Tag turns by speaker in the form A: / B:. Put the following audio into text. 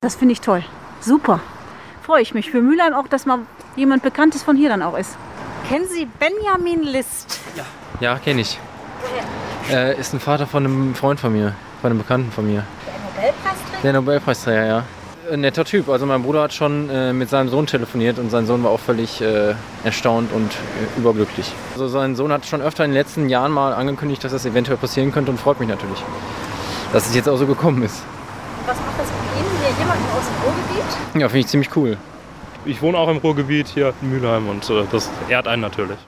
A: Das finde ich toll. Super. Freue ich mich für Mülheim auch, dass mal jemand Bekanntes von hier dann auch ist.
B: Kennen Sie Benjamin List?
C: Ja, kenne ich. Äh, ist ein Vater von einem Freund von mir, von einem Bekannten von mir.
B: Nobelpreisträger?
C: Der Nobelpreisträger, ja. Ein netter Typ. Also mein Bruder hat schon äh, mit seinem Sohn telefoniert und sein Sohn war auch völlig äh, erstaunt und äh, überglücklich. Also sein Sohn hat schon öfter in den letzten Jahren mal angekündigt, dass das eventuell passieren könnte und freut mich natürlich, dass es jetzt auch so gekommen ist.
B: Was macht das mit Ihnen hier jemanden aus dem Ruhrgebiet?
C: Ja, finde ich ziemlich cool.
D: Ich wohne auch im Ruhrgebiet hier in Mülheim und äh, das ehrt einen natürlich.